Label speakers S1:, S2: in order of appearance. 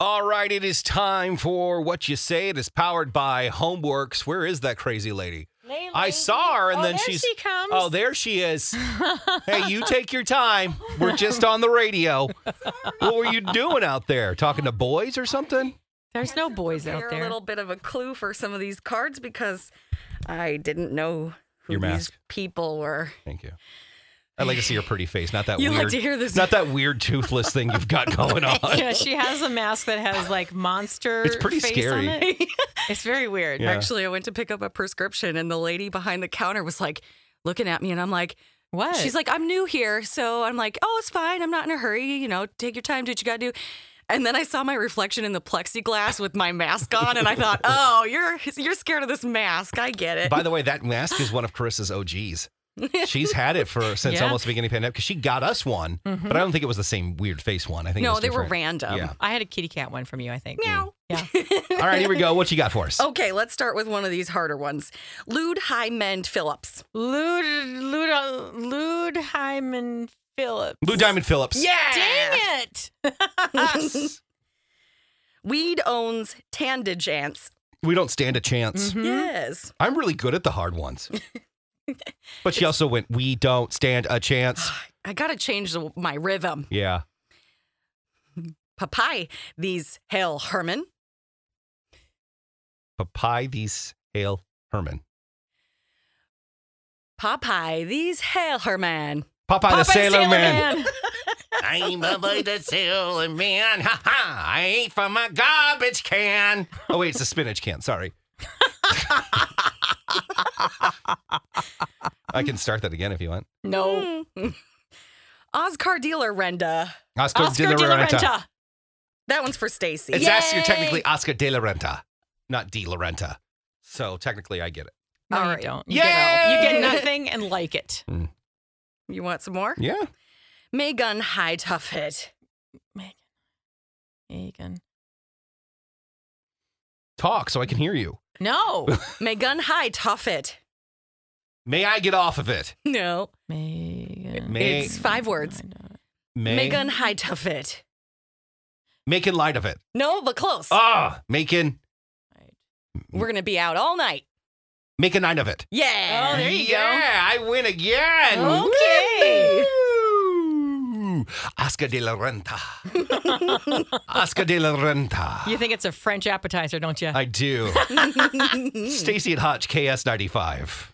S1: All right, it is time for what you say. It is powered by Homeworks. Where is that crazy lady?
S2: Lay
S1: I
S2: lady.
S1: saw her, and
S2: Oh,
S1: then
S2: there
S1: she's.
S2: she comes.
S1: Oh, there she is. hey, you take your time. We're just on the radio. what were you doing out there? Talking to boys or something?
S2: There's no boys out
S3: prepare
S2: there.
S3: a little bit of a clue for some of these cards because I didn't know who
S1: Your
S3: these
S1: mask.
S3: people were.
S1: Thank you. I'd like to see your pretty face, not that
S3: You
S1: weird.
S3: like to hear this.
S1: Not that weird toothless thing you've got going on.
S2: yeah, she has a mask that has like monster.
S1: It's pretty
S2: face
S1: scary.
S2: On it. It's very weird.
S1: Yeah.
S3: Actually, I went to pick up a prescription and the lady behind the counter was like looking at me and I'm like,
S2: What?
S3: she's like, I'm new here. So I'm like, oh, it's fine. I'm not in a hurry. You know, take your time, do what you got to do. And then I saw my reflection in the plexiglass with my mask on and I thought, oh, you're you're scared of this mask. I get it.
S1: By the way, that mask is one of Carissa's OGs. She's had it for since
S2: Yeah.
S1: almost the beginning of the pandemic because she got us one, but I don't think it was the same weird face one. I think it
S3: Mm-hmm. no,
S1: was
S3: they were
S1: different.
S3: random.
S1: Yeah.
S2: I had a kitty cat one from you, I think.
S3: Meow.
S2: Yeah.
S1: All right, here we go. What you got for us?
S3: Okay, let's start with one of these harder ones. Lude Hymend Phillips.
S2: Lud Lud Lud Hyman Phillips.
S1: Blue Diamond Phillips.
S2: Dang it!
S3: Weed owns tandage ants.
S1: We don't stand a chance.
S3: Mm-hmm.
S2: Mm-hmm.
S3: Yes.
S1: I'm really good at the hard ones. but she also went, We don't stand a chance.
S3: I gotta change the, my rhythm.
S1: Yeah.
S3: Papai, these Hale Herman.
S1: Papai these hail Herman.
S3: Popeye, these Hale Herman.
S1: Popeye, the
S2: Popeye
S1: Sailor, Man.
S2: Man.
S1: I'm Popeye the Sailor Man. Ha ha. I ate from a garbage can. Oh, wait, it's a spinach can. Sorry. I can start that again if you want. Oh.
S2: No.
S3: Hmm. Oscar dealer Renda.
S1: Oscar,
S2: Oscar De La Renta.
S3: That one's for Stacy.
S1: It's actually
S2: Yay.
S1: technically Oscar de la Renta, not de la Renta. So technically, I get it.
S2: No,
S3: All
S2: you
S3: right.
S2: don't. You get,
S1: Yay!
S2: you get nothing and like it.
S3: You want some more?
S1: Yeah.
S3: Megan High Tuffet.
S2: Megan. Megan.
S1: Talk so I can hear you.
S2: No.
S3: Megan High Tuffet.
S1: May I get off of it?
S3: No.
S2: Megan.
S1: May-
S3: It's five words.
S1: May.
S3: Megan High Tuffet.
S1: Making light of it.
S3: No, but close.
S1: Ah, making
S3: We're gonna be out all night.
S1: make a night of it.
S3: Yeah.
S2: Oh, there you go. Oh.
S1: Yeah, I win again.
S2: Okay.
S1: Woo! Oscar de la Renta. Oscar de la Renta.
S2: You think it's a French appetizer, don't you?
S1: I do. Stacy and Hutch, KS95.